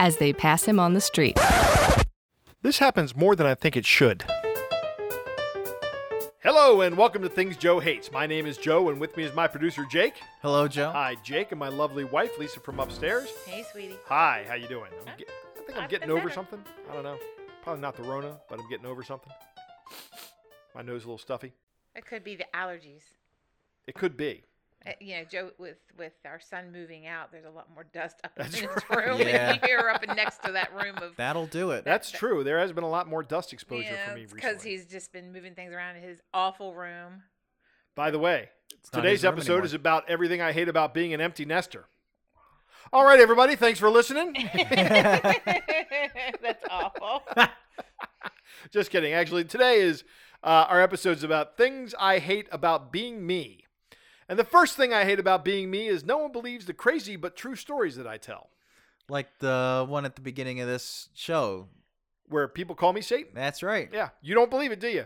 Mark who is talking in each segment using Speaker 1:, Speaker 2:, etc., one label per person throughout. Speaker 1: as they pass him on the street.
Speaker 2: This happens more than I think it should. Hello and welcome to Things Joe Hates. My name is Joe and with me is my producer Jake.
Speaker 3: Hello, Joe.
Speaker 2: Hi Jake and my lovely wife Lisa from upstairs.
Speaker 4: Hey, sweetie.
Speaker 2: Hi, how you doing? I'm ge- I think I'm
Speaker 4: I've
Speaker 2: getting
Speaker 4: been
Speaker 2: over
Speaker 4: better.
Speaker 2: something. I don't know. Probably not the Rona, but I'm getting over something. My nose a little stuffy.
Speaker 4: It could be the allergies.
Speaker 2: It could be.
Speaker 4: Uh, you know, Joe, with with our son moving out, there's a lot more dust up
Speaker 2: That's
Speaker 4: in his
Speaker 2: right.
Speaker 4: room
Speaker 3: Yeah.
Speaker 4: than here up in next to that room of.
Speaker 3: That'll do it.
Speaker 2: That's true. There has been a lot more dust exposure for me recently.
Speaker 4: because he's just been moving things around in his awful room.
Speaker 2: By the way,
Speaker 3: not
Speaker 2: today's
Speaker 3: his room
Speaker 2: episode is
Speaker 3: anymore.
Speaker 2: about everything I hate about being an empty nester. All right, everybody, thanks for listening.
Speaker 4: That's awful.
Speaker 2: Just kidding. Actually, today is uh, our episode's about things I hate about being me. And the first thing I hate about being me is no one believes the crazy but true stories that I tell,
Speaker 3: Like the one at the beginning of this show.
Speaker 2: where people call me Satan.
Speaker 3: That's right.
Speaker 2: Yeah, you don't believe it, do you?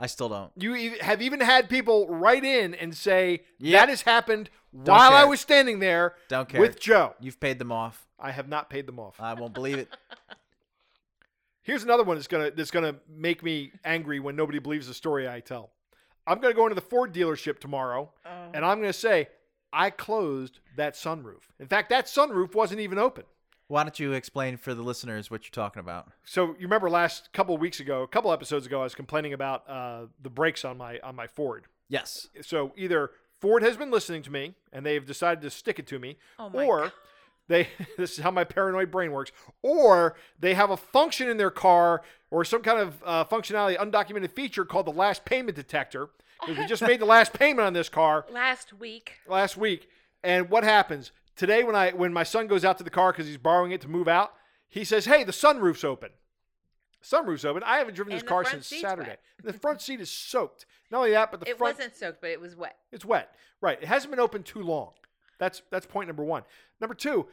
Speaker 3: I still don't.
Speaker 2: You e- have even had people write in and say
Speaker 3: Yep.
Speaker 2: that has happened while I
Speaker 3: care.
Speaker 2: was standing there
Speaker 3: Don't care. Uh,
Speaker 2: with Joe.
Speaker 3: You've paid them off.
Speaker 2: I have not paid them off.
Speaker 3: I won't believe it.
Speaker 2: Here's another one that's gonna that's gonna make me angry when nobody believes the story I tell. I'm gonna go into the Ford dealership tomorrow
Speaker 4: Oh.
Speaker 2: and I'm gonna say I closed that sunroof. In fact, that sunroof wasn't even open.
Speaker 3: Why don't you explain for the listeners what you're talking about?
Speaker 2: So you remember last couple of weeks ago, a couple episodes ago, I was complaining about uh, the brakes on my on my Ford.
Speaker 3: Yes.
Speaker 2: So either Ford has been listening to me and they've decided to stick it to me,
Speaker 4: Oh my
Speaker 2: or
Speaker 4: God.
Speaker 2: they this is how my paranoid brain works, or they have a function in their car or some kind of uh, functionality undocumented feature called the last payment detector. Because we just made the last payment on this car
Speaker 4: Last week,
Speaker 2: last week, and what happens today when I when my son goes out to the car because he's borrowing it to move out? He says, "Hey, the sunroof's open." Sunroof's open. I haven't driven
Speaker 4: And
Speaker 2: this
Speaker 4: the
Speaker 2: car
Speaker 4: front
Speaker 2: since
Speaker 4: seat's
Speaker 2: Saturday.
Speaker 4: wet.
Speaker 2: The front seat is soaked. Not only that, but the
Speaker 4: it
Speaker 2: front
Speaker 4: wasn't soaked, but it was wet.
Speaker 2: it's wet. Right. It hasn't been open too long. That's that's point number one. Number two,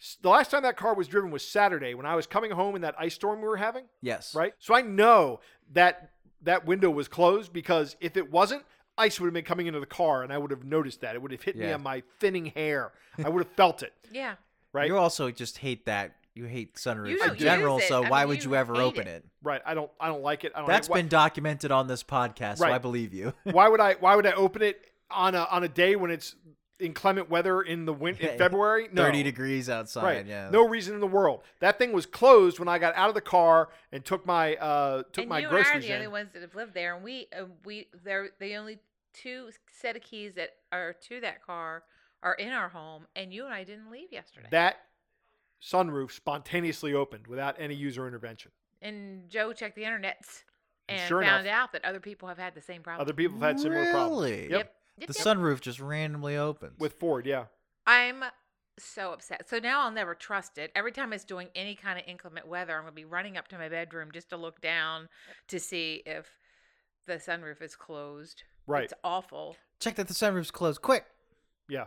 Speaker 2: s- the last time that car was driven was Saturday when I was coming home in that ice storm we were having.
Speaker 3: Yes.
Speaker 2: Right. So I know that that window was closed because if it wasn't, ice would have been coming into the car and I would have noticed that. It would have hit me
Speaker 3: Yeah.
Speaker 2: on my thinning hair. I would have felt it.
Speaker 4: Yeah.
Speaker 2: Right.
Speaker 3: You also just hate that. You hate sunroofs
Speaker 4: You don't
Speaker 3: in general,
Speaker 4: use it.
Speaker 3: so
Speaker 4: I
Speaker 3: why
Speaker 4: mean,
Speaker 3: would
Speaker 4: you
Speaker 3: you ever
Speaker 4: hate
Speaker 3: open
Speaker 4: it.
Speaker 3: it?
Speaker 2: Right. I don't. I don't like it. I don't.
Speaker 3: That's
Speaker 2: like it.
Speaker 3: been documented on this podcast, so
Speaker 2: Right.
Speaker 3: I believe you.
Speaker 2: Why, why would I? Why would I open it on a on a day when it's inclement weather in the winter in
Speaker 3: Yeah.
Speaker 2: February? No.
Speaker 3: 30 degrees outside.
Speaker 2: Right.
Speaker 3: Yeah.
Speaker 2: No reason in the world. That thing was closed when I got out of the car and took my uh took
Speaker 4: and
Speaker 2: my
Speaker 4: you and I are
Speaker 2: groceries
Speaker 4: the only
Speaker 2: in.
Speaker 4: ones that have lived there, and we uh, we they're the only two set of keys that are to that car are in our home, and you and I didn't leave yesterday.
Speaker 2: That sunroof spontaneously opened without any user intervention.
Speaker 4: and Joe checked the internets
Speaker 2: And
Speaker 4: and
Speaker 2: sure
Speaker 4: found out that other people have had the same problem.
Speaker 2: Other people have had similar problems.
Speaker 3: Really?
Speaker 2: Yep.
Speaker 4: Yep. Yep,
Speaker 3: The
Speaker 4: yep.
Speaker 3: sunroof just randomly opens.
Speaker 2: With Ford, yeah.
Speaker 4: I'm so upset. So now I'll never trust it. Every time it's doing any kind of inclement weather, I'm going to be running up to my bedroom just to look down to see if the sunroof is closed.
Speaker 2: Right.
Speaker 4: It's awful.
Speaker 3: Check that the sunroof's closed. Quick.
Speaker 2: yeah.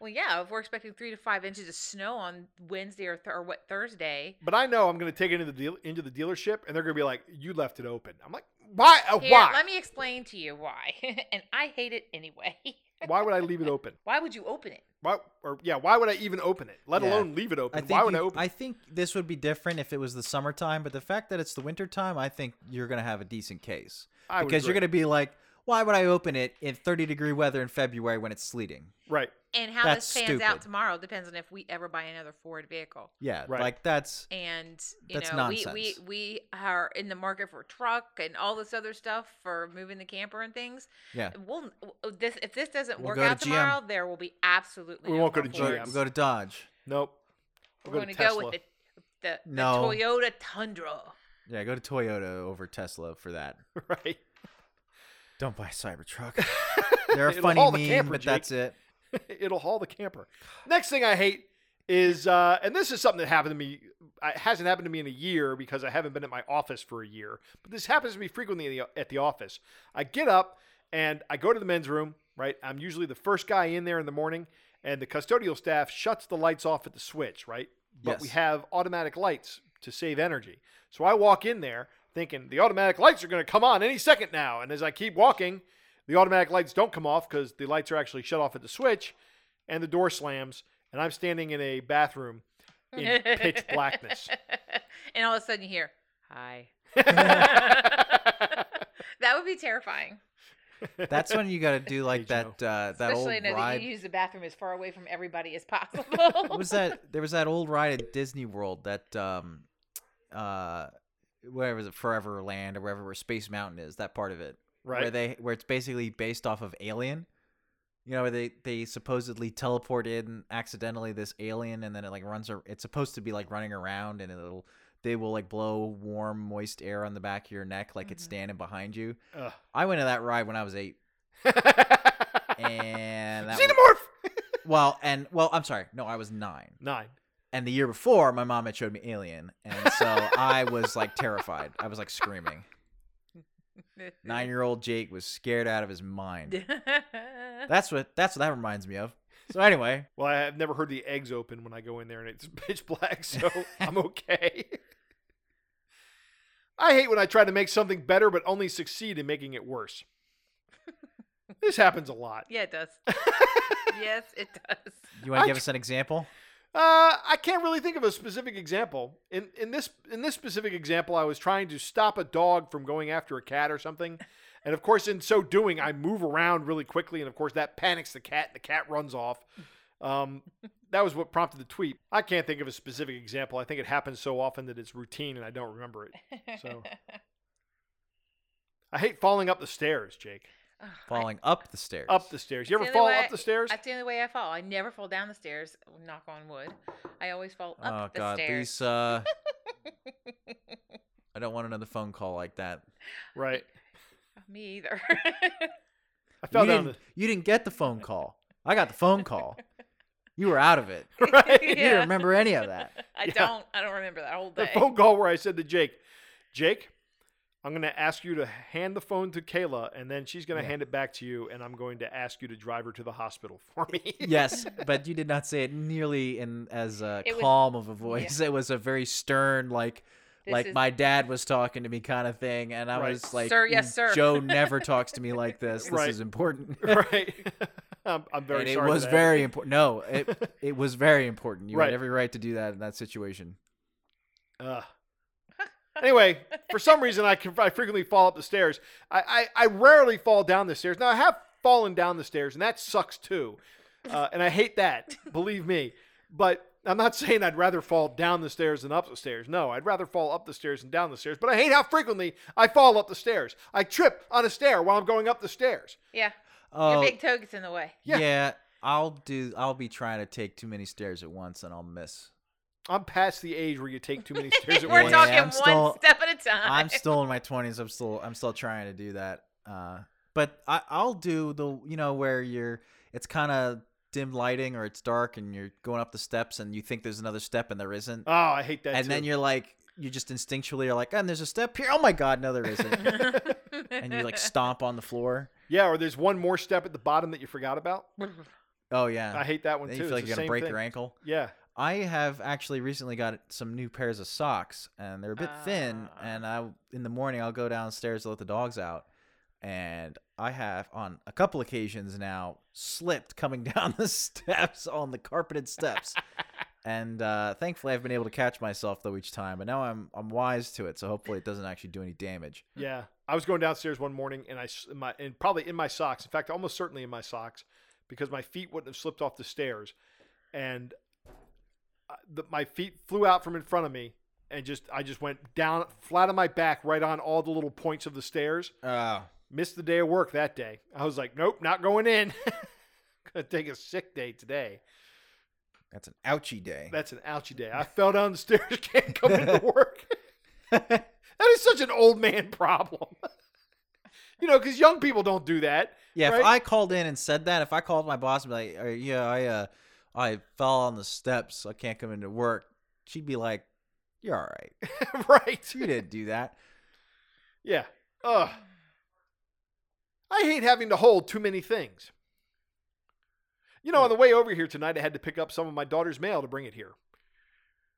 Speaker 4: Well, yeah, if we're expecting three to five inches of snow on Wednesday or, th- or what Thursday,
Speaker 2: But I know I'm going to take it into the deal- into the dealership and they're going to be like, "You left it open." I'm like, "Why? Uh,
Speaker 4: Here,
Speaker 2: why?
Speaker 4: let me explain to you why. and I hate it anyway.
Speaker 2: why would I leave it open?
Speaker 4: why would you open it?
Speaker 2: Why or yeah, why would I even open it? Let
Speaker 3: Yeah.
Speaker 2: alone leave it
Speaker 3: I
Speaker 2: open.
Speaker 3: think
Speaker 2: Why would
Speaker 3: you-
Speaker 2: I open it?
Speaker 3: I think this would be different if it was the summertime, but the fact that it's the wintertime, I think you're going to have a decent case
Speaker 2: I would
Speaker 3: because you're
Speaker 2: agree.
Speaker 3: going to be like, why would I open it in 30 degree weather in February when it's sleeting?
Speaker 2: Right.
Speaker 4: And how
Speaker 3: That's
Speaker 4: this pans out
Speaker 3: stupid.
Speaker 4: tomorrow depends on if we ever buy another Ford vehicle.
Speaker 3: Yeah,
Speaker 2: Right.
Speaker 3: like that's
Speaker 4: And you
Speaker 3: That's
Speaker 4: know, we we
Speaker 3: nonsense.
Speaker 4: we are in the market for a truck and all this other stuff for moving the camper and things.
Speaker 3: yeah.
Speaker 4: We'll w- this if this doesn't
Speaker 3: Uh, We'll
Speaker 4: work
Speaker 3: go to
Speaker 4: out
Speaker 3: GM.
Speaker 4: tomorrow, there will be absolutely
Speaker 2: We
Speaker 4: no
Speaker 2: won't go to
Speaker 4: more
Speaker 3: We'll go,
Speaker 2: GM.
Speaker 4: Fords.
Speaker 3: we'll go to Dodge.
Speaker 2: Nope.
Speaker 4: We're
Speaker 2: We'll
Speaker 4: going to go with the
Speaker 2: Tesla.
Speaker 4: the, the
Speaker 3: No.
Speaker 4: Toyota Tundra.
Speaker 3: Yeah, go to Toyota over Tesla for that.
Speaker 2: right.
Speaker 3: Don't buy a Cybertruck. They're a
Speaker 2: It'll
Speaker 3: funny
Speaker 2: haul
Speaker 3: meme,
Speaker 2: the camper,
Speaker 3: but
Speaker 2: Jake.
Speaker 3: that's it.
Speaker 2: It'll haul the camper. Next thing I hate is, uh, and this is something that happened to me I- it hasn't happened to me in a year because I haven't been at my office for a year. But this happens to me frequently in the, at the office. I get up and I go to the men's room. Right, I'm usually the first guy in there in the morning, and the custodial staff shuts the lights off at the switch. Right, but we
Speaker 3: Yes.
Speaker 2: have automatic lights to save energy. So I walk in there thinking the automatic lights are going to come on any second now. And as I keep walking, the automatic lights don't come off because the lights are actually shut off at the switch and the door slams. And I'm standing in a bathroom in pitch blackness.
Speaker 4: and all of a sudden you hear, "Hi." that would be terrifying.
Speaker 3: That's when you got to do like
Speaker 2: Hey, Joe.
Speaker 3: that uh, that
Speaker 4: Especially
Speaker 3: old
Speaker 4: now
Speaker 3: ride.
Speaker 4: that you use the bathroom as far away from everybody as possible.
Speaker 3: what was that? There was that old ride at Disney World that um, uh, whatever is it, Forever Land or wherever where Space Mountain is. That part of it,
Speaker 2: Right.
Speaker 3: Where they where it's basically based off of Alien. You know, where they they supposedly teleport in accidentally this alien, and then it like runs. ar- It's supposed to be like running around, and it'll they will like blow warm, moist air on the back of your neck, like it's
Speaker 4: Mhm.
Speaker 3: standing behind you.
Speaker 2: Ugh.
Speaker 3: I went to that ride when I was eight, and that was,
Speaker 2: Xenomorph!
Speaker 3: well, and well, I'm sorry, no, I was nine
Speaker 2: Nine.
Speaker 3: and the year before my mom had showed me alien and so i was like terrified i was like screaming nine year old jake was scared out of his mind that's what that's what that reminds me of so anyway
Speaker 2: Well, I have never heard the eggs open when I go in there and it's pitch black, so I'm okay. I hate when I try to make something better but only succeed in making it worse. this happens a lot.
Speaker 4: yeah, it does. yes, it does.
Speaker 3: you want
Speaker 2: I
Speaker 3: to give
Speaker 2: tr-
Speaker 3: us an example
Speaker 2: Uh, I can't really think of a specific example. In in this in this specific example, I was trying to stop a dog from going after a cat or something, and of course, in so doing, I move around really quickly, and of course, that panics the cat, and the cat runs off. Um, that was what prompted the tweet. I can't think of a specific example. I think it happens so often that it's routine, and I don't remember it. So- I hate falling up the stairs, Jake.
Speaker 4: Ugh, I-
Speaker 3: falling up the stairs
Speaker 2: Up the stairs. You ever
Speaker 4: It's the
Speaker 2: fall
Speaker 4: only way-
Speaker 2: up the stairs?
Speaker 4: That's the only way I fall. I never fall down the stairs. Knock on wood. I always fall
Speaker 3: oh
Speaker 4: up the
Speaker 3: god
Speaker 4: stairs.
Speaker 3: lisa i don't want another phone call like that
Speaker 2: Right.
Speaker 4: Oh, Me either.
Speaker 2: I
Speaker 3: you
Speaker 2: fell down.
Speaker 3: didn't, you didn't get the phone call i got the phone call you were out of it
Speaker 2: The, right.
Speaker 3: you didn't remember any of that
Speaker 4: I
Speaker 2: Yeah.
Speaker 4: don't. I don't remember that whole
Speaker 2: the
Speaker 4: day.
Speaker 2: phone call where I said to Jake, Jake, I'm going to ask you to hand the phone to Kayla, and then she's going to
Speaker 3: Yeah.
Speaker 2: hand it back to you, and I'm going to ask you to drive her to the hospital for me.
Speaker 3: yes, but you did not say it nearly in as uh,
Speaker 4: It was-
Speaker 3: calm of a voice. It was a very stern, like
Speaker 4: This
Speaker 3: like
Speaker 4: is-
Speaker 3: my dad was talking to me kind of thing, and I
Speaker 2: Right.
Speaker 3: was like,
Speaker 4: Sir, yes,
Speaker 3: "Mm,
Speaker 4: sir."
Speaker 3: Joe never talks to me like this. This
Speaker 2: Right.
Speaker 3: is important."
Speaker 2: right. I'm, I'm very
Speaker 3: and it
Speaker 2: sorry. for
Speaker 3: was
Speaker 2: that.
Speaker 3: very important. No, it it was very important. You
Speaker 2: Right.
Speaker 3: had every right to do that in that situation.
Speaker 2: Ugh. anyway, for some reason, I can I frequently fall up the stairs. I, I I rarely fall down the stairs. Now I have fallen down the stairs, and that sucks too, uh, and I hate that. believe me, but. I'm not saying I'd rather fall down the stairs than up the stairs. No, I'd rather fall up the stairs than down the stairs. But I hate how frequently I fall up the stairs. I trip on a stair while I'm going up the stairs.
Speaker 4: yeah.
Speaker 2: uh,
Speaker 3: Oh,
Speaker 4: Your big toe gets in the way.
Speaker 2: yeah.
Speaker 3: yeah. I'll do. I'll be trying to take too many stairs at once, and I'll miss.
Speaker 2: I'm past the age where you take too many stairs at
Speaker 4: We're
Speaker 2: once.
Speaker 3: Yeah,
Speaker 4: talking
Speaker 3: I'm
Speaker 4: one
Speaker 3: still-
Speaker 4: step at a time.
Speaker 3: I'm still in my 20s. I'm still I'm still trying to do that. Uh, but I, I'll do the you know where you're it's kind of dim lighting or it's dark and you're going up the steps and you think there's another step and there isn't.
Speaker 2: Oh, I hate that.
Speaker 3: and then
Speaker 2: too.
Speaker 3: you're like you just instinctually are like, and there's a step here. Oh my god, no there isn't. and you like stomp on the floor.
Speaker 2: yeah, or there's one more step at the bottom that you forgot about.
Speaker 3: Oh yeah.
Speaker 2: I hate that one
Speaker 3: then
Speaker 2: too.
Speaker 3: you feel like
Speaker 2: It's
Speaker 3: you're
Speaker 2: the
Speaker 3: gonna
Speaker 2: same
Speaker 3: break
Speaker 2: thing.
Speaker 3: your ankle.
Speaker 2: Yeah.
Speaker 3: I have actually recently got some new pairs of socks, and they're a bit thin.
Speaker 4: Ah.
Speaker 3: And I, in the morning, I'll go downstairs to let the dogs out, and I have on a couple occasions now slipped coming down the steps on the carpeted steps. and uh, thankfully, I've been able to catch myself though each time. But now I'm I'm wise to it, so hopefully it doesn't actually do any damage.
Speaker 2: Yeah, I was going downstairs one morning, and I s- in my and probably in my socks. In fact, almost certainly in my socks, because my feet wouldn't have slipped off the stairs, and uh, the, my feet flew out from in front of me, and just I just went down flat on my back, right on all the little points of the stairs.
Speaker 3: Oh,
Speaker 2: Missed the day of work that day. I was like, nope, not going in. Gonna take a sick day today.
Speaker 3: that's an ouchie day.
Speaker 2: That's an ouchie day. I fell down the stairs, can't come into work. that is such an old man problem. you know, because young people don't do that.
Speaker 3: Yeah,
Speaker 2: right?
Speaker 3: if I called in and said that, if I called my boss and be like, "Uh, "Yeah, I uh, I fell on the steps. I can't come into work," she'd be like, You're all right.
Speaker 2: right.
Speaker 3: You didn't do that.
Speaker 2: Yeah. Ugh. I hate having to hold too many things. You know, on the way over here tonight, I had to pick up some of my daughter's mail to bring it here,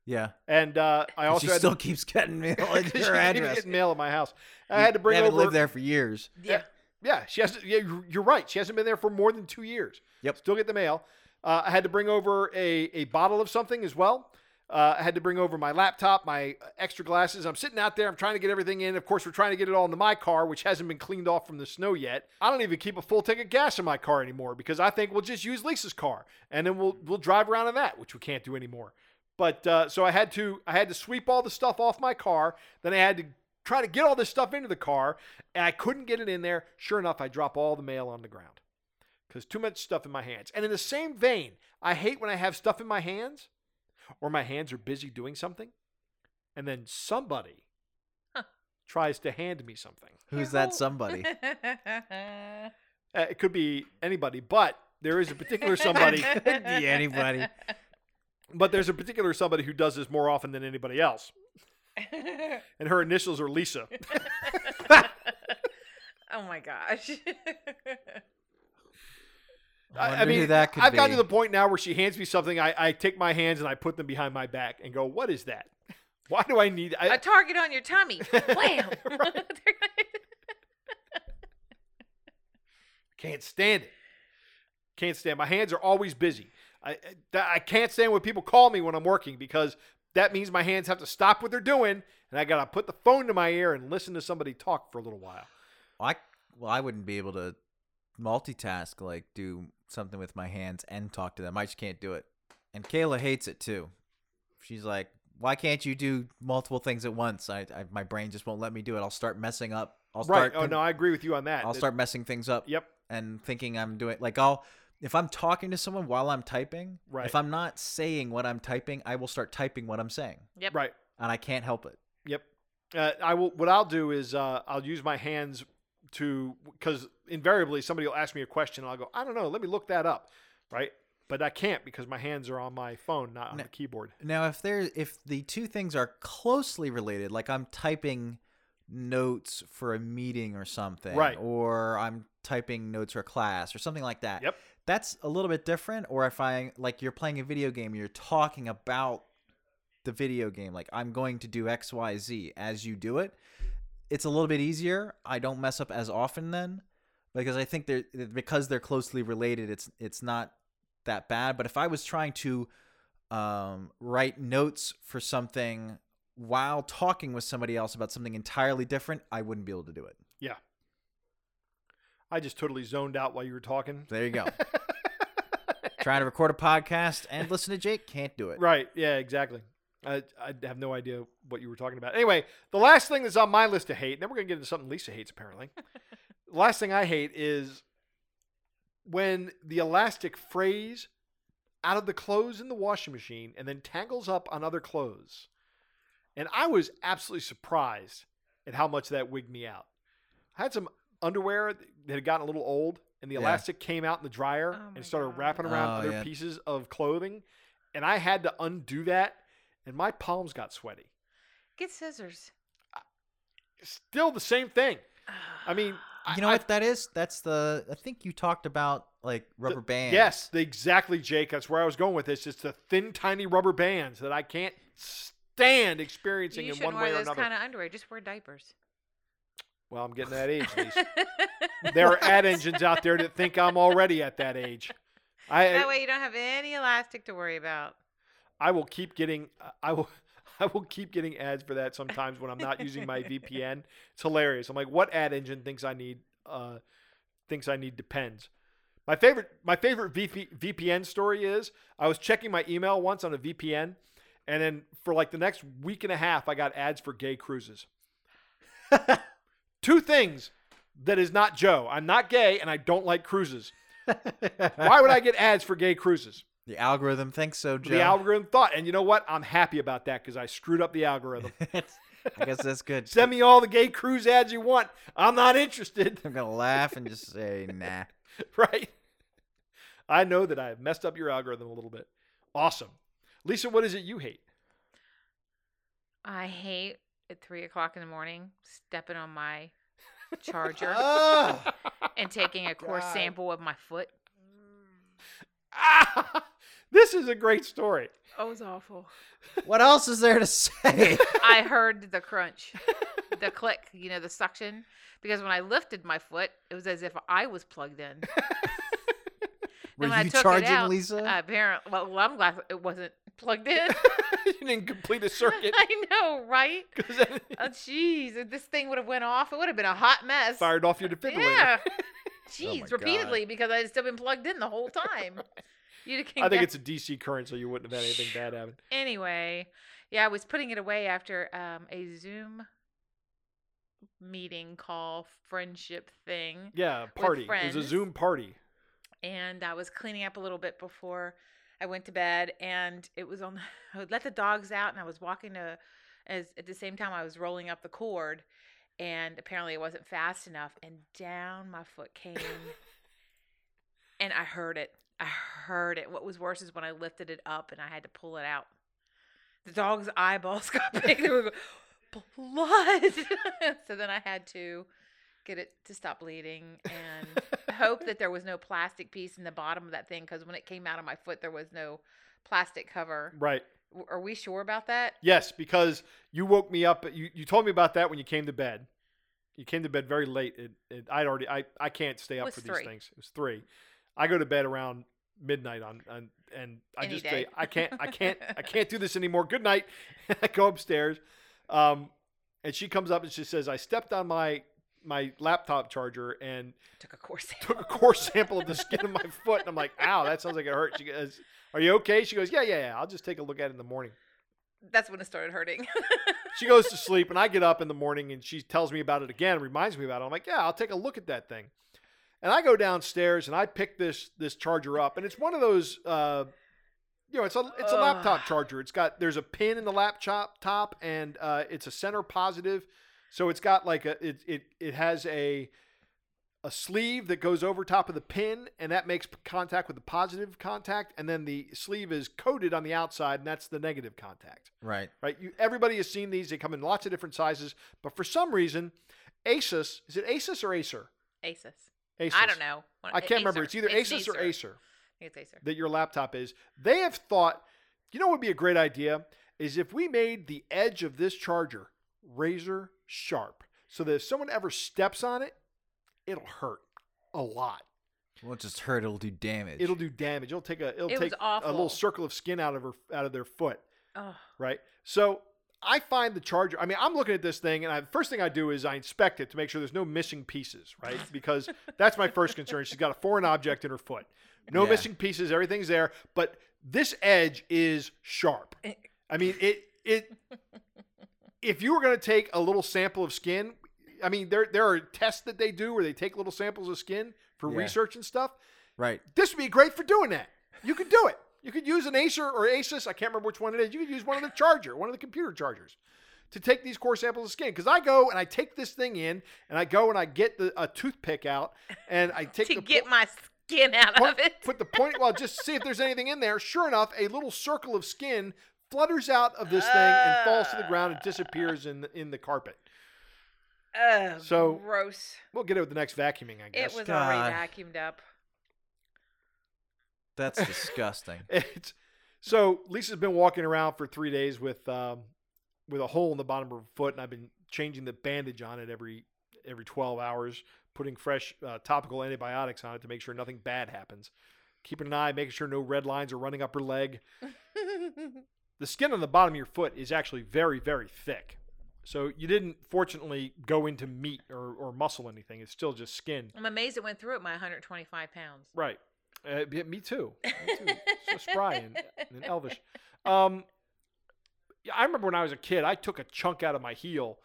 Speaker 3: Yeah.
Speaker 2: and uh, I also
Speaker 3: she
Speaker 2: had
Speaker 3: still
Speaker 2: to,
Speaker 3: keeps getting mail at
Speaker 2: 'cause she
Speaker 3: her
Speaker 2: keeps
Speaker 3: address.
Speaker 2: getting mail at my house. I
Speaker 3: You
Speaker 2: had to bring
Speaker 3: haven't
Speaker 2: over.
Speaker 3: lived there for years.
Speaker 4: Yeah.
Speaker 2: Yeah, she has. To, yeah, you're- you're right. She hasn't been there for more than two years.
Speaker 3: Yep.
Speaker 2: Still get the mail. Uh, I had to bring over a a bottle of something as well. Uh, I had to bring over my laptop, my extra glasses. I'm sitting out there. I'm trying to get everything in. Of course, we're trying to get it all into my car, which hasn't been cleaned off from the snow yet. I don't even keep a full tank of gas in my car anymore because I think we'll just use Lisa's car and then we'll we'll drive around in that, which we can't do anymore. But uh, so I had to I had to sweep all the stuff off my car. Then I had to try to get all this stuff into the car, and I couldn't get it in there. Sure enough, I drop all the mail on the ground because too much stuff in my hands. And in the same vein, I hate when I have stuff in my hands or my hands are busy doing something, and then somebody
Speaker 4: Huh.
Speaker 2: tries to hand me something.
Speaker 3: Who's that somebody?
Speaker 2: Uh, it could be anybody, but there is a particular somebody.
Speaker 3: Could be anybody.
Speaker 2: but there's a particular somebody who does this more often than anybody else, and her initials are Lisa.
Speaker 4: oh my gosh.
Speaker 2: Eh.
Speaker 3: I, wonder who that could
Speaker 2: I've
Speaker 3: be.
Speaker 2: gotten to the point now where she hands me something. I, I take my hands and I put them behind my back and go, "What is that? Why do I need?"
Speaker 4: A
Speaker 2: I,
Speaker 4: target on your tummy. Wham.
Speaker 2: Can't stand it. Can't stand. My hands are always busy. I I- th- I can't stand when people call me when I'm working because that means my hands have to stop what they're doing and I gotta put the phone to my ear and listen to somebody talk for a little while.
Speaker 3: I well, I wouldn't be able to multitask like do something with my hands and talk to them. I just can't do it. And Kayla hates it too. She's like, "Why can't you do multiple things at once?" I, I my brain just won't let me do it. I'll start messing up. I'll
Speaker 2: right?
Speaker 3: start.
Speaker 2: Oh
Speaker 3: con-
Speaker 2: no, I agree with you on that.
Speaker 3: I'll
Speaker 2: That-
Speaker 3: start messing things up.
Speaker 2: Yep.
Speaker 3: and thinking I'm doing like I'll if I'm talking to someone while I'm typing,
Speaker 2: Right.
Speaker 3: if I'm not saying what I'm typing, I will start typing what I'm saying,
Speaker 4: yep.
Speaker 2: Right.
Speaker 3: and I can't help it.
Speaker 2: Yep. Uh, I will. What I'll do is uh, I'll use my hands to because invariably somebody will ask me a question and I'll go, I don't know. Let me look that up. Right. But I can't because my hands are on my phone, not on
Speaker 3: No.
Speaker 2: the keyboard.
Speaker 3: Now, if there if the two things are closely related, like I'm typing notes for a meeting or something,
Speaker 2: Right.
Speaker 3: Or I'm typing notes for a class or something like that.
Speaker 2: Yep.
Speaker 3: That's a little bit different. Or if I like you're playing a video game, you're talking about the video game, like I'm going to do X, Y, Z as you do it. It's a little bit easier. I don't mess up as often then, because I think they're because they're closely related. It's it's not that bad. But if I was trying to um, write notes for something while talking with somebody else about something entirely different, I wouldn't be able to do it.
Speaker 2: I just totally zoned out while you were talking.
Speaker 3: There you go. Trying to record a podcast and listen to Jake can't do it.
Speaker 2: Right. Yeah, exactly. I, I have no idea what you were talking about. Anyway, the last thing that's on my list to hate, and then we're going to get into something Lisa hates apparently. the last thing I hate is when the elastic frays out of the clothes in the washing machine and then tangles up on other clothes. And I was absolutely surprised at how much that wigged me out. I had some underwear that had gotten a little old, and the
Speaker 3: Yeah.
Speaker 2: elastic came out in the dryer
Speaker 4: Oh my
Speaker 2: and started
Speaker 4: God.
Speaker 2: wrapping around
Speaker 3: Oh,
Speaker 2: other
Speaker 3: yeah.
Speaker 2: pieces of clothing. And I had to undo that, and my palms got sweaty.
Speaker 4: Get scissors.
Speaker 2: Still the same thing. I mean, I-
Speaker 3: You know
Speaker 2: I-
Speaker 3: what that is? That's the I think you talked about like rubber bands.
Speaker 2: Yes, the- exactly, Jake. That's where I was going with this. It's the thin, tiny rubber bands that I can't stand experiencing
Speaker 4: you
Speaker 2: in
Speaker 4: shouldn't
Speaker 2: one
Speaker 4: wear
Speaker 2: way or
Speaker 4: those
Speaker 2: another.
Speaker 4: kind of underwear. Just wear diapers.
Speaker 2: Well, I'm getting that age, Lisa. there are ad engines out there that think I'm already at that age. I
Speaker 4: that way you don't have any elastic to worry about.
Speaker 2: I will keep getting I will I will keep getting ads for that sometimes when I'm not using my VPN. It's hilarious. I'm like, what ad engine thinks I need uh thinks I need depends. My favorite my favorite VP, VPN story is I was checking my email once on a VPN and then for like the next week and a half I got ads for gay cruises. Two things that is not Joe. I'm not gay and I don't like cruises. Why would I get ads for gay cruises?
Speaker 3: The algorithm thinks so, Joe.
Speaker 2: the algorithm thought. And you know what? I'm happy about that because I screwed up the algorithm.
Speaker 3: I guess that's good.
Speaker 2: Send me all the gay cruise ads you want. I'm not interested,
Speaker 3: I'm gonna laugh and just say nah.
Speaker 2: right? I know that I have messed up your algorithm a little bit. Awesome. Lisa, what is it you hate?
Speaker 4: I hate at three o'clock in the morning stepping on my charger
Speaker 3: Ah!
Speaker 4: and taking a coarse
Speaker 3: God.
Speaker 4: sample of my foot.
Speaker 2: Ah! This is a great story.
Speaker 4: Oh, it was awful.
Speaker 3: what else is there to say?
Speaker 4: I heard the crunch, the click, you know, the suction. Because when I lifted my foot, it was as if I was plugged in.
Speaker 3: Were
Speaker 4: and when
Speaker 3: you
Speaker 4: I took
Speaker 3: charging
Speaker 4: it out, Uh,
Speaker 3: Lisa?
Speaker 4: Apparently, well, I'm glad it wasn't plugged in.
Speaker 2: you didn't complete a circuit.
Speaker 4: I know, right?
Speaker 2: 'cause then it
Speaker 4: Oh, jeez, if this thing would have went off, it would have been a hot mess.
Speaker 2: fired off your defibrillator.
Speaker 4: yeah.
Speaker 2: Oh
Speaker 4: Jeez,
Speaker 3: God.
Speaker 4: repeatedly because I'd still been plugged in the whole time. You'd have came
Speaker 2: I think
Speaker 4: back-
Speaker 2: it's a DC current, so you wouldn't have had anything bad happen.
Speaker 4: anyway. Yeah, I was putting it away after um, a Zoom meeting call friendship thing.
Speaker 2: Yeah, party. It was a
Speaker 4: friends.
Speaker 2: Zoom party.
Speaker 4: and I was cleaning up a little bit before I went to bed, and it was on. I would let the dogs out, and I was walking to, as at the same time I was rolling up the cord, and apparently it wasn't fast enough, and down my foot came, and I heard it. I heard it. What was worse is when I lifted it up and I had to pull it out. The dog's eyeballs got big. They were going, blood. so then I had to get it to stop bleeding and hope that there was no plastic piece in the bottom of that thing because when it came out of my foot, there was no plastic cover.
Speaker 2: Right.
Speaker 4: W- Are we sure about that?
Speaker 2: Yes, because you woke me up. You, you told me about that when you came to bed. You came to bed very late. It, it, I'd already. I, I can't stay up
Speaker 4: was
Speaker 2: for
Speaker 4: three.
Speaker 2: these things. It was three. I go to bed around midnight on, on and I
Speaker 4: Any
Speaker 2: just
Speaker 4: day.
Speaker 2: say I can't I can't I can't do this anymore. Good night. I go upstairs, um, and she comes up and she says I stepped on my my laptop charger and
Speaker 4: Took a course.
Speaker 2: took a core sample of the skin of my foot, and I'm like, ow, that sounds like it hurt. She goes, are you okay? She goes, yeah, yeah, yeah. I'll just take a look at it in the morning.
Speaker 4: That's when it started hurting.
Speaker 2: She goes to sleep, and I get up in the morning, and she tells me about it again, reminds me about it. I'm like, yeah, I'll take a look at that thing. And I go downstairs, and I pick this this charger up, and it's one of those, uh, you know, it's a it's a
Speaker 4: Ugh.
Speaker 2: laptop charger. It's got there's a pin in the laptop top, and uh, it's a center positive, so it's got like a it it it has a a sleeve that goes over top of the pin and that makes p- contact with the positive contact and then the sleeve is coated on the outside and that's the negative contact
Speaker 3: right.
Speaker 2: right? You, everybody has seen these. They come in lots of different sizes, but for some reason, Asus is it Asus or Acer?
Speaker 4: Asus.
Speaker 2: Asus.
Speaker 4: I don't know. One-
Speaker 2: I can't remember. It's
Speaker 4: Acer.
Speaker 2: either Asus or
Speaker 4: Acer.
Speaker 2: Acer
Speaker 4: I think it's Acer.
Speaker 2: that your laptop is. They have thought, you know, what would be a great idea is if we made the edge of this charger razor sharp, so that if someone ever steps on it, it'll hurt a lot.
Speaker 3: Won't just hurt. It'll do damage.
Speaker 2: It'll do damage. It'll take a it'll
Speaker 4: It was
Speaker 2: take a little
Speaker 4: awful.
Speaker 2: circle of skin out of her out of their foot.
Speaker 4: Oh,
Speaker 2: right? So I find the charger. I mean, I'm looking at this thing, and I, the first thing I do is I inspect it to make sure there's no missing pieces, right? Because that's my first concern. She's got a foreign object in her foot. No
Speaker 3: Yeah.
Speaker 2: missing pieces. Everything's there, but this edge is sharp.
Speaker 3: Eh.
Speaker 2: I mean, it it. If you were going to take a little sample of skin, I mean, there there are tests that they do where they take little samples of skin for
Speaker 3: Yeah.
Speaker 2: research and stuff
Speaker 3: right.
Speaker 2: this would be great for doing that. You could do it. You could use an Acer or Asus. I can't remember which one it is. You could use one of the charger, one of the computer chargers, to take these core samples of skin. Because I go and I take this thing in, and I go and I get the a toothpick out, and I take
Speaker 4: to
Speaker 2: the
Speaker 4: get
Speaker 2: po-
Speaker 4: my skin out
Speaker 2: point-
Speaker 4: of it.
Speaker 2: put the point. Well, just to see if there's anything in there. Sure enough, a little circle of skin flutters out of this thing and falls to the ground and disappears in the, in the carpet.
Speaker 4: Ugh,
Speaker 2: So-
Speaker 4: gross.
Speaker 2: We'll get it with the next vacuuming, I guess.
Speaker 4: It was
Speaker 3: God.
Speaker 4: already vacuumed up.
Speaker 3: That's disgusting.
Speaker 2: It's so Lisa's been walking around for three days with um, with a hole in the bottom of her foot, and I've been changing the bandage on it every every twelve hours, putting fresh uh, topical antibiotics on it to make sure nothing bad happens. Keeping an eye, making sure no red lines are running up her leg. The skin on the bottom of your foot is actually very very thick, so you didn't fortunately go into meat or, or muscle anything. It's still just skin.
Speaker 4: I'm amazed it went through at my 125 pounds.
Speaker 2: Right. Uh, yeah, me too. Me too. so spry and, and elvish. Um, yeah, I remember when I was a kid, I took a chunk out of my heel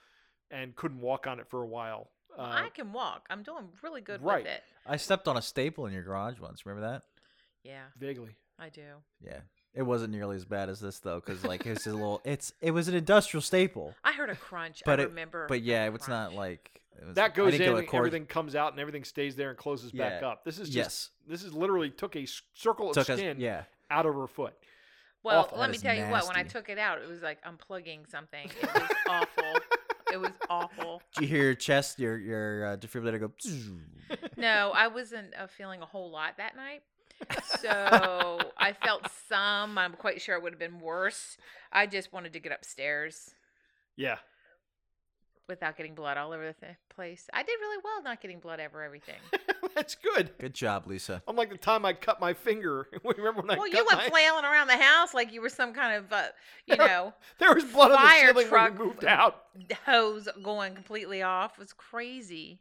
Speaker 2: and couldn't walk on it for a while. Uh,
Speaker 4: Well, I can walk. I'm doing really good
Speaker 2: right.
Speaker 4: with it.
Speaker 3: I stepped on a staple in your garage once. Remember that?
Speaker 4: Yeah,
Speaker 2: vaguely.
Speaker 4: I do.
Speaker 3: Yeah. It wasn't nearly as bad as this though, because like it's a little. It's it was an industrial staple,
Speaker 4: I heard a crunch.
Speaker 3: but
Speaker 4: I
Speaker 3: it,
Speaker 4: remember.
Speaker 3: But
Speaker 4: a
Speaker 3: yeah, it's not
Speaker 4: crunch.
Speaker 3: like it was,
Speaker 2: That
Speaker 3: I
Speaker 2: goes
Speaker 3: didn't
Speaker 2: in,
Speaker 3: go to
Speaker 2: and
Speaker 3: cord-
Speaker 2: everything comes out, and everything stays there and closes back
Speaker 3: Yeah.
Speaker 2: up. This is just.
Speaker 3: Yes.
Speaker 2: This is literally took a s- circle of
Speaker 3: Took us.
Speaker 2: skin
Speaker 3: Yeah.
Speaker 2: out of her foot.
Speaker 4: Well,
Speaker 2: Awful.
Speaker 4: let
Speaker 3: That
Speaker 4: me
Speaker 3: is
Speaker 4: tell you what. When I
Speaker 3: nasty.
Speaker 4: took it out, it was like unplugging something. It was awful. It was awful.
Speaker 3: Did you hear your chest, your your uh, defibrillator go? "Bzzz."
Speaker 4: No, I wasn't uh, feeling a whole lot that night. So I felt some. I'm quite sure it would have been worse. I just wanted to get upstairs
Speaker 2: Yeah.
Speaker 4: without getting blood all over the th- place. I did really well not getting blood over everything.
Speaker 2: That's good.
Speaker 3: Good job, Lisa.
Speaker 2: I'm like the time I cut my finger. Remember when I
Speaker 4: well,
Speaker 2: cut
Speaker 4: you went
Speaker 2: my...
Speaker 4: flailing around the house like you were some kind of, uh, you know,
Speaker 2: There was blood on the
Speaker 4: fire
Speaker 2: ceiling when
Speaker 4: truck.
Speaker 2: we moved out.
Speaker 4: hose going completely off. It was crazy.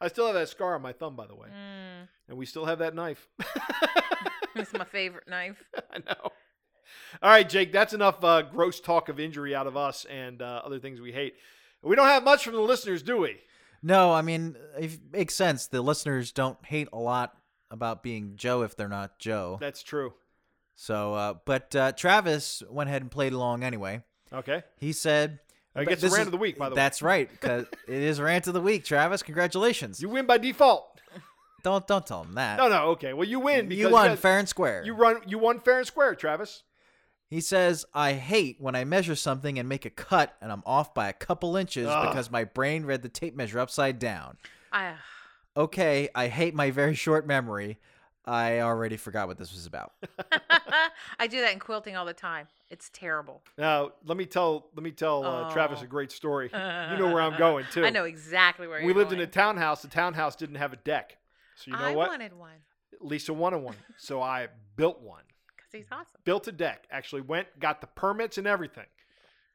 Speaker 2: I still have that scar on my thumb, by the way,
Speaker 4: Mm,
Speaker 2: and we still have that knife.
Speaker 4: it's my favorite knife.
Speaker 2: I know. All right, Jake, that's enough uh, gross talk of injury out of us and uh, other things we hate. We don't have much from the listeners, do we?
Speaker 3: No, I mean, it makes sense. The listeners don't hate a lot about being Joe if they're not Joe.
Speaker 2: That's true.
Speaker 3: So, uh, but uh, Travis went ahead and played along anyway.
Speaker 2: Okay.
Speaker 3: He said,
Speaker 2: Uh,
Speaker 3: but
Speaker 2: gets the
Speaker 3: this
Speaker 2: rant
Speaker 3: is-
Speaker 2: of the week, by the way.
Speaker 3: That's right, because it is rant of the week. Travis, congratulations.
Speaker 2: You win by default.
Speaker 3: don't don't tell him that.
Speaker 2: No, no. Okay. Well, you win because
Speaker 3: you won
Speaker 2: got-
Speaker 3: fair and square.
Speaker 2: You run. You won fair and square, Travis.
Speaker 3: He says, I hate when I measure something and make a cut and I'm off by a couple inches
Speaker 2: Ugh.
Speaker 3: because my brain read the tape measure upside down.
Speaker 4: I,
Speaker 3: Okay, I hate my very short memory. I already forgot what this was about.
Speaker 4: I do that in quilting all the time. It's terrible.
Speaker 2: Now, let me tell. Let me tell uh, Travis
Speaker 4: Oh.
Speaker 2: a great story. You know where I'm going too.
Speaker 4: I know exactly where
Speaker 2: we
Speaker 4: you're
Speaker 2: lived in
Speaker 4: going.
Speaker 2: a townhouse. The townhouse didn't have a deck, so you know
Speaker 4: I
Speaker 2: what?
Speaker 4: wanted one
Speaker 2: Lisa wanted one, so I built one.
Speaker 4: because he's awesome.
Speaker 2: Built a deck. Actually, went got the permits and everything.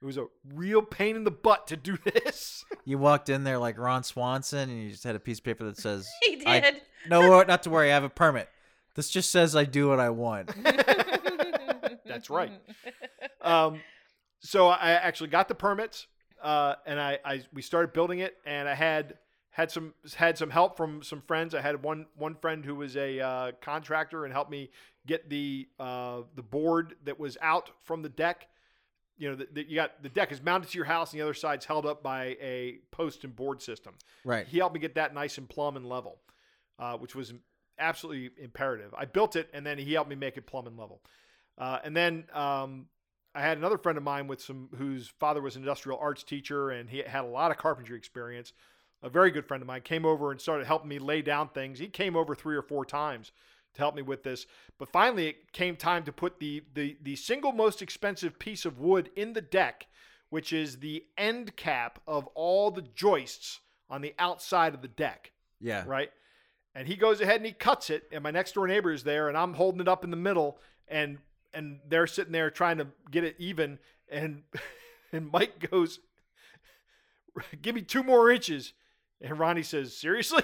Speaker 2: It was a real pain in the butt to do this.
Speaker 3: You walked in there like Ron Swanson and you just had a piece of paper that says,
Speaker 4: He
Speaker 3: I-
Speaker 4: did.
Speaker 3: No, not to worry, I have a permit. This just says I do what I want.
Speaker 2: That's right. um, so I actually got the permits, uh, and I, I we started building it, and I had had some had some help from some friends. I had one one friend who was a uh, contractor and helped me get the uh, the board that was out from the deck. You know, the, the, you got the deck is mounted to your house, and the other side's held up by a post and board system.
Speaker 3: Right.
Speaker 2: He helped me get that nice and plumb and level, uh, which was absolutely imperative. I built it, and then he helped me make it plumb and level. Uh, and then um, I had another friend of mine with some whose father was an industrial arts teacher, and he had a lot of carpentry experience. A very good friend of mine came over and started helping me lay down things. He came over three or four times to help me with this, but finally it came time to put the the the single most expensive piece of wood in the deck, which is the end cap of all the joists on the outside of the deck,
Speaker 3: Yeah.
Speaker 2: right? And he goes ahead and he cuts it, and my next door neighbor is there, and I'm holding it up in the middle, and and they're sitting there trying to get it even, and and Mike goes, "Give me two more inches," and Ronnie says, "Seriously,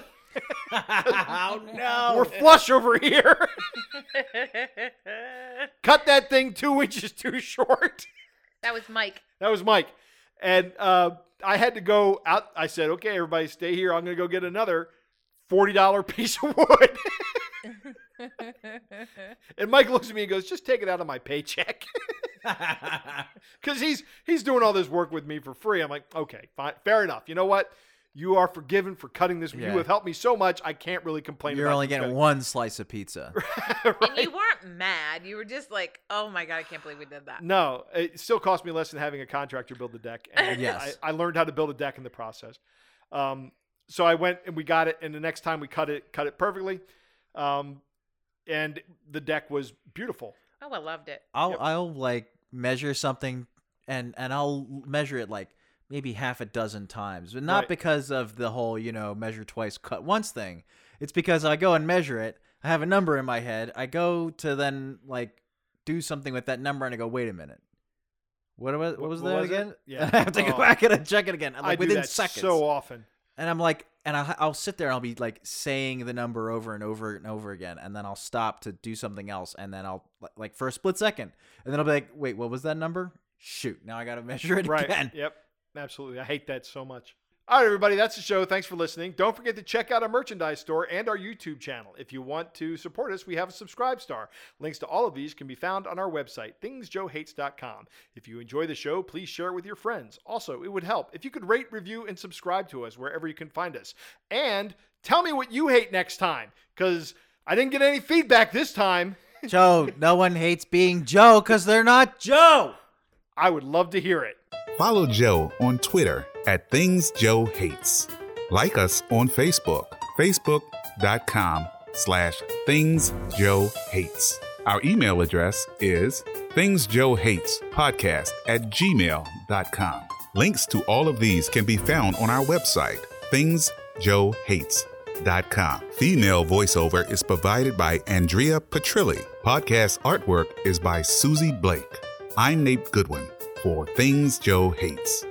Speaker 3: oh
Speaker 2: we're
Speaker 3: no.
Speaker 2: flush over here. Cut that thing two inches too short."
Speaker 4: that was Mike.
Speaker 2: That was Mike. And uh, I had to go out. I said, okay, everybody stay here. I'm going to go get another $40 piece of wood. and Mike looks at me and goes, just take it out of my paycheck. Because he's, he's doing all this work with me for free. I'm like, okay, fine. Fair enough. You know what? You are forgiven for cutting this.
Speaker 3: Yeah.
Speaker 2: You have helped me so much. I can't really complain
Speaker 3: You're
Speaker 2: about
Speaker 3: only
Speaker 2: you
Speaker 3: getting
Speaker 2: cutting-
Speaker 3: one slice of pizza.
Speaker 4: And you weren't mad. You were just like, oh my God, I can't believe we did that.
Speaker 2: No, it still cost me less than having a contractor build the deck. And
Speaker 3: Yes.
Speaker 2: I, I learned how to build a deck in the process. Um, so I went and we got it, and the next time we cut it, cut it perfectly, um, and the deck was beautiful.
Speaker 4: Oh, I loved it.
Speaker 3: I'll I'll like measure something and and I'll measure it like maybe half a dozen times, but not
Speaker 2: Right.
Speaker 3: because of the whole you know measure twice, cut once thing. It's because I go and measure it. I have a number in my head. I go to then like do something with that number, and I go, wait a minute. What was what was
Speaker 2: what
Speaker 3: that
Speaker 2: was it?
Speaker 3: again?
Speaker 2: Yeah.
Speaker 3: And I have to go
Speaker 2: Oh.
Speaker 3: back and I check it again. Like
Speaker 2: I do
Speaker 3: within
Speaker 2: that
Speaker 3: seconds.
Speaker 2: so often.
Speaker 3: And I'm like, and I'll, I'll sit there and I'll be like saying the number over and over and over again. And then I'll stop to do something else. And then I'll, like, for a split second. And then I'll be like, wait, what was that number? Shoot, now I got to measure it
Speaker 2: Right.
Speaker 3: again.
Speaker 2: Yep. Absolutely. I hate that so much. All right, everybody, that's the show. Thanks for listening. Don't forget to check out our merchandise store and our YouTube channel. If you want to support us, we have a subscribe star. Links to all of these can be found on our website, thingsjoehates.com. If you enjoy the show, please share it with your friends. Also, it would help if you could rate, review, and subscribe to us wherever you can find us. And tell me what you hate next time, because I didn't get any feedback this time.
Speaker 3: Joe, no one hates being Joe because they're not Joe.
Speaker 2: I would love to hear it.
Speaker 5: Follow Joe on Twitter at Things Joe Hates. Like us on Facebook, facebook.com slash Things Joe Hates. Our email address is Things Joe Hates Podcast at gmail.com. Links to all of these can be found on our website, thingsjoehates.com. Female voiceover is provided by Andrea Petrilli. Podcast artwork is by Susie Blake. I'm Nate Goodwin for Things Joe Hates.